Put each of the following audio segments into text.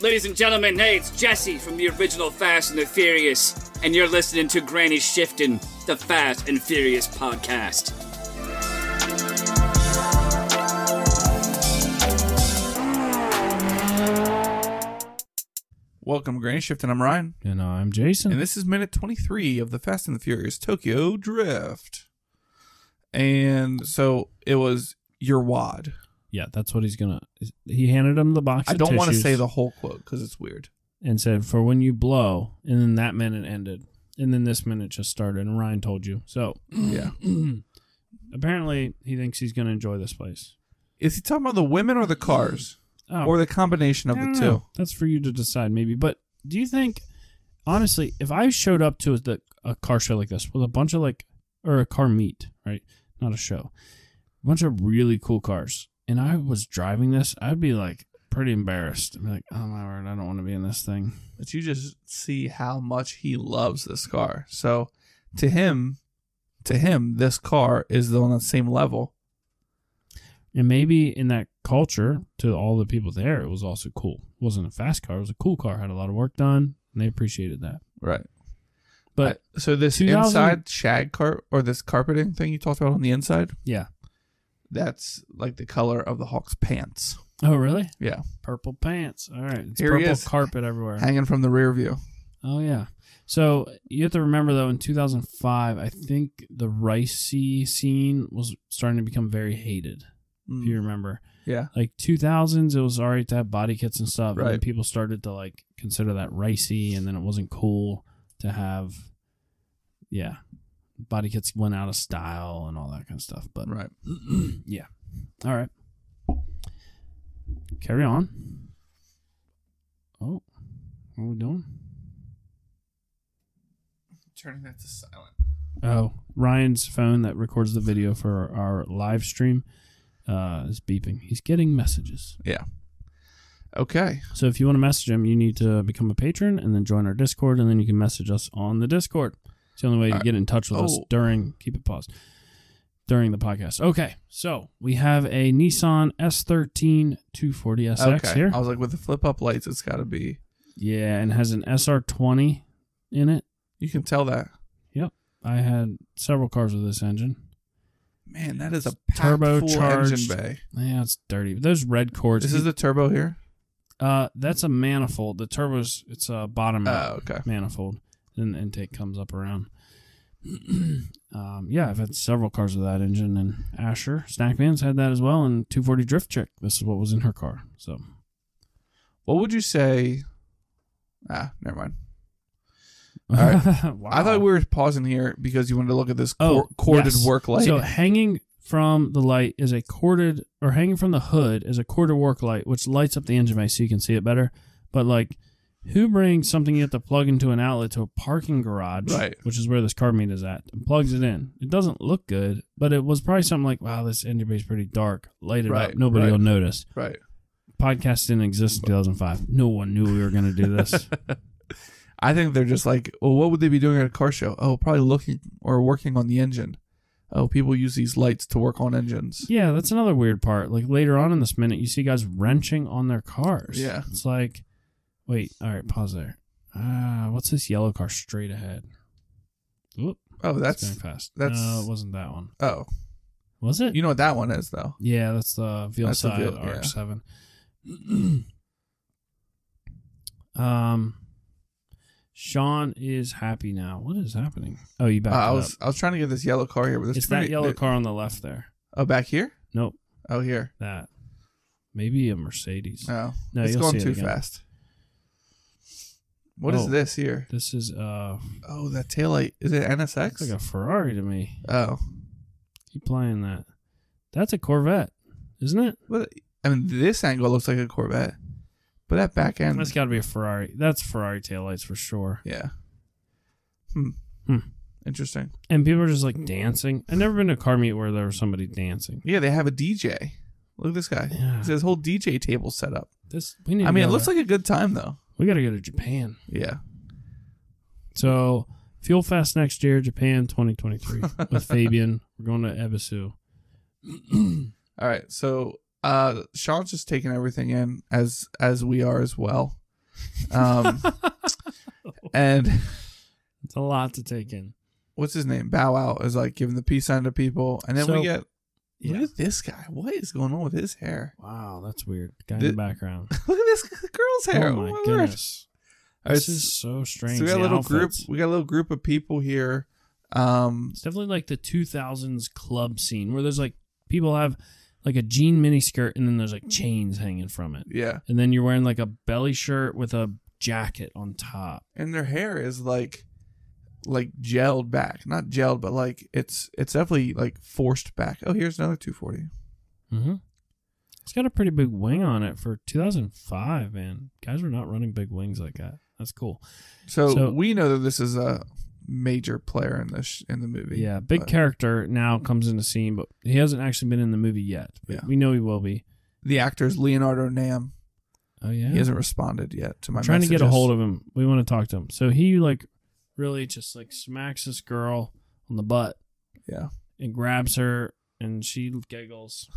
Ladies and gentlemen, hey, it's Jesse from the original Fast and the Furious, and you're listening to Granny Shifting, the Fast and Furious podcast. Welcome, to Granny Shift, and I'm Ryan. And I'm Jason. And this is minute 23 of the Fast and the Furious Tokyo Drift. And so it was your wad. yeah, that's what he's gonna. He handed him the box. I of don't want to tissues say the whole quote because it's weird. And said, "For when you blow," and then that minute ended, and then this minute just started. And Ryan told you so. Yeah. Apparently, he thinks he's gonna enjoy this place. Is he talking about the women or the cars? Oh, Or the combination of I the don't two? know. That's for you to decide, maybe. But do you think, honestly, if I showed up to the, a car show like this with a bunch of like, or a car meet, right? Not a show, a bunch of really cool cars, and I was driving this, I'd be like pretty embarrassed. I'd be like, oh my word, I don't want to be in this thing. But you just see how much he loves this car. So to him, to him, this car is on the same level. And maybe in that culture, to all the people there, it was also cool. It wasn't a fast car, it was a cool car, had a lot of work done, and they appreciated that. Right. But I- so this 2000 inside shag cart or this carpeting thing you talked about on the inside, yeah. that's like the color of the Hawk's pants. Oh, really? Yeah. Purple pants. All right. It's Here he purple is. carpet everywhere. Hanging from the rear view. Oh yeah. So you have to remember though, in 2005, I think the ricey scene was starting to become very hated. If you remember, Mm, Yeah. like 2000s, it was alright to have body kits and stuff, and then Right. people started to like consider that ricey, and then it wasn't cool to have. Yeah, body kits went out of style and all that kind of stuff. But Right. yeah, all right. Carry on. Oh, what are we doing? Turning that to silent. Oh, Ryan's phone that records the video for our, our live stream uh, is beeping. He's getting messages. Okay. So if you want to message him, you need to become a patron and then join our Discord, and then you can message us on the Discord. It's the only way to All right. get in touch with us Uh, Oh. during. Keep it paused during the podcast. Okay, so we have a Nissan S13 240SX okay. here. I was like, with the flip up lights, it's got to be. Yeah, and it has an SR20 in it. You can tell that. I had several cars with this engine. Man, that is a Turbocharged. turbocharged engine bay. Yeah, it's dirty. But those red cords. This is the turbo here. Uh, that's a manifold. The turbo's it's a bottom Oh, out okay. manifold, and the intake comes up around. um, yeah, I've had several cars with that engine, and Asher Snackman's had that as well, and 240 Drift Chick. This is what was in her car. So What would you say? Ah, never mind. All right. Wow. I thought we were pausing here because you wanted to look at this Oh, cor- corded yes. work light. So hanging from the light is a corded, or hanging from the hood is a corded work light, which lights up the engine bay so you can see it better. But like, who brings something you have to plug into an outlet to a parking garage, Right. which is where this car meet is at, and plugs it in? It doesn't look good, but it was probably something like, wow, this engine bay is pretty dark. Light it up, Right, nobody right. will notice. right. Podcast didn't exist in 2005. No one knew we were going to do this. I think they're just like, well, what would they be doing at a car show? Oh, probably looking or working on the engine. Oh, people use these lights to work on engines. Yeah, that's another weird part. Like later on in this minute, you see guys wrenching on their cars. Yeah. It's like, wait, all right, pause there. Ah, what's this yellow car straight ahead? Whoop, Oh, that's that's going fast. that's- no, it wasn't that one. oh, Was it? you know what that one is though. yeah, that's the Veal That's the side Veal- yeah. RX-7. um, Sean is happy now. What is happening? Oh, you Uh, backed I it was up. I was trying to get this yellow car here, but there's It's too that many- yellow there- car on the left there. Oh, back here. Nope, Oh, here. that. Maybe a Mercedes. Oh, No, it's you'll going see it too again. fast. What is Oh. this here? This is uh Oh, that taillight is it looks like NSX? a Ferrari to me. oh, Keep playing that. That's a Corvette, isn't it? but I mean this angle looks like a Corvette, but that back end, That's got to be a Ferrari. That's Ferrari taillights for sure. yeah. Hmm. Hmm. Interesting. And people are just like dancing. I've never been to a car meet where there was somebody dancing. Yeah, they have a DJ. Look at this guy. Yeah. He has his whole DJ table set up. This we need. I to mean, it go looks to- like a good time though. we got to go to Japan. Yeah. So Fuel Fest next year, Japan 2023 with Fabian. We're going to Ebisu. All right. So uh Sean's just taking everything in as as we are as well. Um, and It's a lot to take in. what's his name? Bow Wow is like giving the peace sign to people, and then So- we get look at this guy. What is going on with his hair? Wow, that's weird. Guy Thi- in the background. Look at this girl's hair. Oh my word. goodness. All right, This s- is so strange. so we got The a little outfits. group. We got a little group of people here. Um, It's definitely like the 2000s club scene where there's like people have like a jean mini skirt and then there's like chains hanging from it. yeah, And then you're wearing like a belly shirt with a jacket on top. and their hair is like, like gelled back, not gelled, but like it's it's definitely like forced back. Oh, here's another two forty. Mm-hmm. It's got a pretty big wing on it for 2005, man. Guys were not running big wings like that. That's cool. So, So- we know that this is a major player in this in the movie. Yeah, big But character now comes into scene, but he hasn't actually been in the movie yet. But Yeah. We know he will be. the actor's Leonardo Nam. Oh yeah. He hasn't responded yet to my. trying to get a messages. hold of him. We want to talk to him. So he like really just like smacks this girl on the butt. Yeah. And grabs her and she giggles.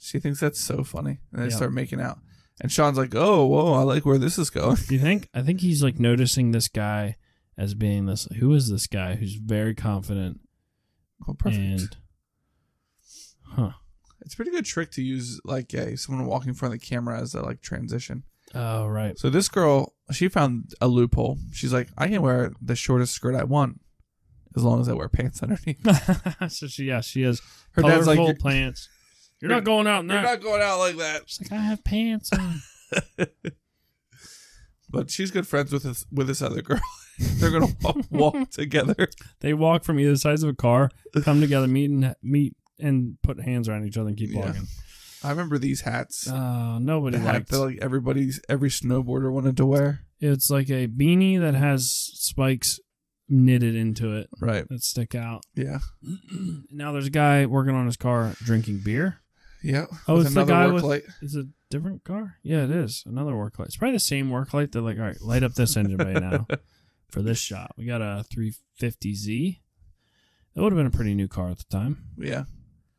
she thinks that's so funny, and they Yeah. start making out. And Sean's like, "Oh, whoa, I like where this is going." Do you think? I think he's like noticing this guy as being this who is this guy who's very confident Oh, perfect. and Huh. It's a pretty good trick to use, like a someone walking in front of the camera as a like transition. Oh right. So this girl, she found a loophole. She's like, "I can wear the shortest skirt I want, as long as I wear pants underneath." so she yeah, she has Her colorful dad's like, "You're, plants. You're, you're- not going out in you're not that. going out like that." She's like, I have pants on. But she's good friends with this with this other girl. They're gonna walk, walk together. They walk from either sides of a car, come together, meet and meet and put hands around each other and keep Yeah. walking. I remember these hats. Oh, the nobody hat liked. that like everybody's every snowboarder wanted to wear. It's like a beanie that has spikes knitted into it Right. that stick out. Yeah. now there's a guy working on his car drinking beer. Yeah. Oh, With it's the guy with- light. Is it a different car? Yeah, it is another work light. It's probably the same work light. They're like, all right, light up this engine bay now for this shot. We got a 350Z. That would have been a pretty new car at the time. Yeah.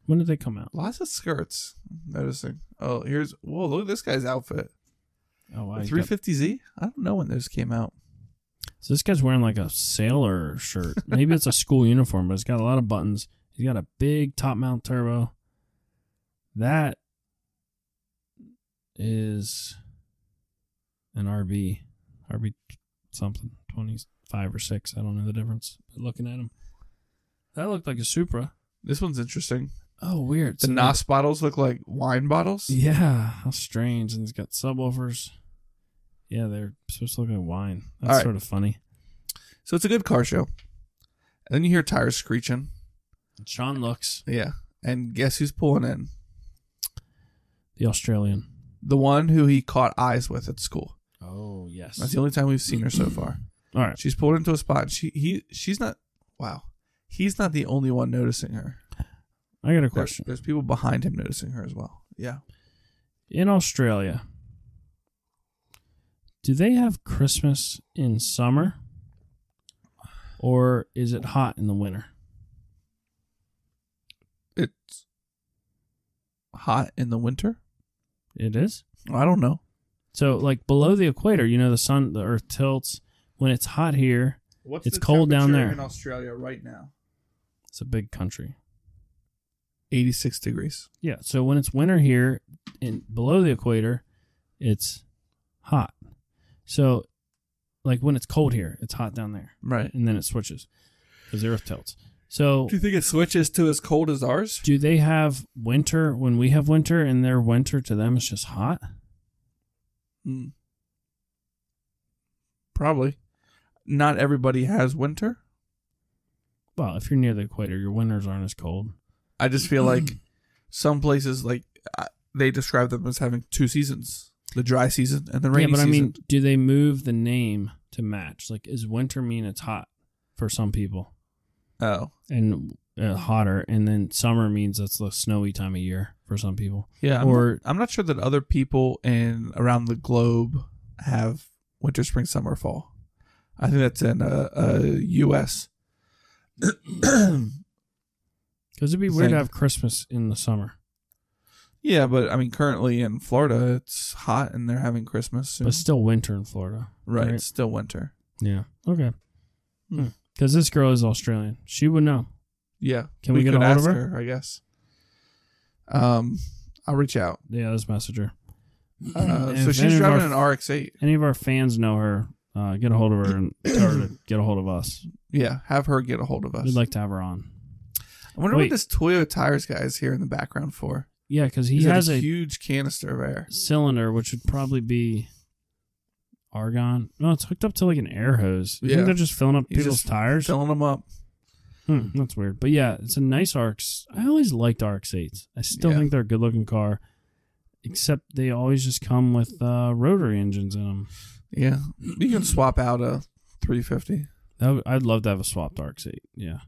When did they come out? Lots of skirts. I'm Noticing. Oh, here's whoa! Look at this guy's outfit. Oh, wow. you Three got- fifty Z. I don't know when those came out. So this guy's wearing like a sailor shirt. Maybe it's a school uniform, but it's got a lot of buttons. He's got a big top mount turbo. That is an RB, RB something, twenty five or six. I don't know the difference. But looking at him, that looked like a Supra. This one's interesting. Oh, weird. The So- Nos bottles look like wine bottles. Yeah, how strange. And it's got subwoofers. Yeah, they're supposed to look like wine. That's All right. sort of funny. So it's a good car show. And then you hear tires screeching. Sean looks Yeah. And guess who's pulling in? the Australian. The one who he caught eyes with at school. Oh yes. That's the only time we've seen her so far. All right. She's pulled into a spot. And she he she's not. Wow. He's not the only one noticing her. I got a There- question. there's people behind him noticing her as well. Yeah. In Australia, do they have Christmas in summer, or is it hot in the winter? It's hot in the winter. It is. I don't know. So, like below the equator, you know, the sun, the Earth tilts. When it's hot here, What's It's the cold down temperature there. in in Australia right now? it's a big country. 86 degrees. Yeah. So when it's winter here, in below the equator, it's hot. So, like when it's cold here, it's hot down there, Right. and then it switches because the Earth tilts. So Do you think it switches to as cold as ours? Do they have winter when we have winter and their winter to them is just hot? Mm. Probably. Not everybody has winter. Well, if you're near the equator, your winters aren't as cold. I just feel like some places like I- they describe them as having two seasons: the dry season and the rainy yeah, but season. I mean, do they move the name to match? Like, is winter mean it's hot for some people oh, and uh, hotter, and then summer means that's the snowy time of year for some people? yeah. I'm or- not, I'm not sure that other people in around the globe have winter, spring, summer, fall. I think that's in uh, uh U.S. Because it'd be weird Same. to have Christmas in the summer. Yeah, but I mean, currently in Florida, it's hot and they're having Christmas soon. But still winter in Florida. right, right. It's still winter. Yeah. Okay. Hmm. Because this girl is Australian. She would know. Yeah. Can we get could a hold of ask I guess. Um, I'll reach out. Yeah, this messenger. Uh, And so if she's any of driving an our, RX-8. Any of our fans know her, uh, get a hold of her and tell her to get a hold of us. Yeah, have her get a hold of us. We'd like to have her on. I wonder wait. what this Toyo Tires guy is here in the background for. Yeah, because he He's got has a huge canister of air. cylinder, which would probably be argon. No, it's hooked up to like an air hose. You Yeah. think they're just filling up He's people's just tires? Filling them up. Hmm, that's weird. But yeah, it's a nice RX. I always liked RX-8s. I still Yeah. think they're a good-looking car, except they always just come with uh, rotary engines in them. Yeah, you can swap out a 350. That would- I'd love to have a swapped RX-8. Yeah.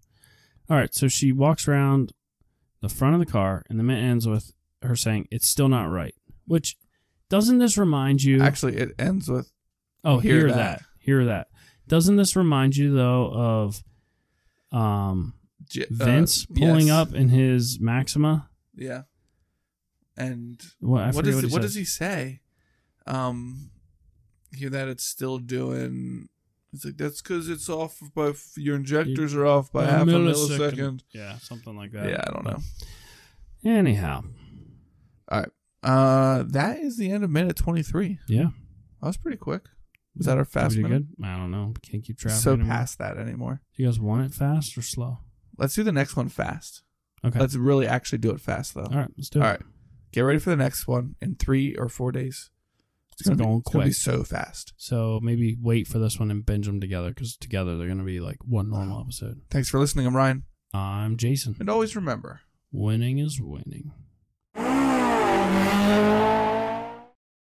All right, so she walks around the front of the car, and the minute ends with her saying, "It's still not right." Which doesn't this remind you? Actually, it ends with oh, hear, hear that. that. hear that. Doesn't this remind you though of um, J- uh, Vince pulling yes. up in his Maxima? Yeah. And What, I what forget is what, he what says. does he say? Um, hear that it's still doing. It's like that's because it's off by f- your injectors are off by half a millisecond. Yeah, something like that. Yeah, I don't know. Anyhow, Uh, that is the end of minute twenty three. yeah. That was pretty quick. Was that our fast Pretty minute? good. I don't know. Can't keep track. So anymore. past that anymore. Do you guys want it fast or slow? Let's do the next one fast. Okay. Let's really actually do it fast though. All right, let's do it. All right. Get ready for the next one in three or four days. It's, It's gonna be, going It's gonna be quick. so fast. So maybe wait for this one and binge them together because together they're going to be like one normal episode. Thanks for listening. I'm Ryan, I'm Jason. and always remember. Winning is winning.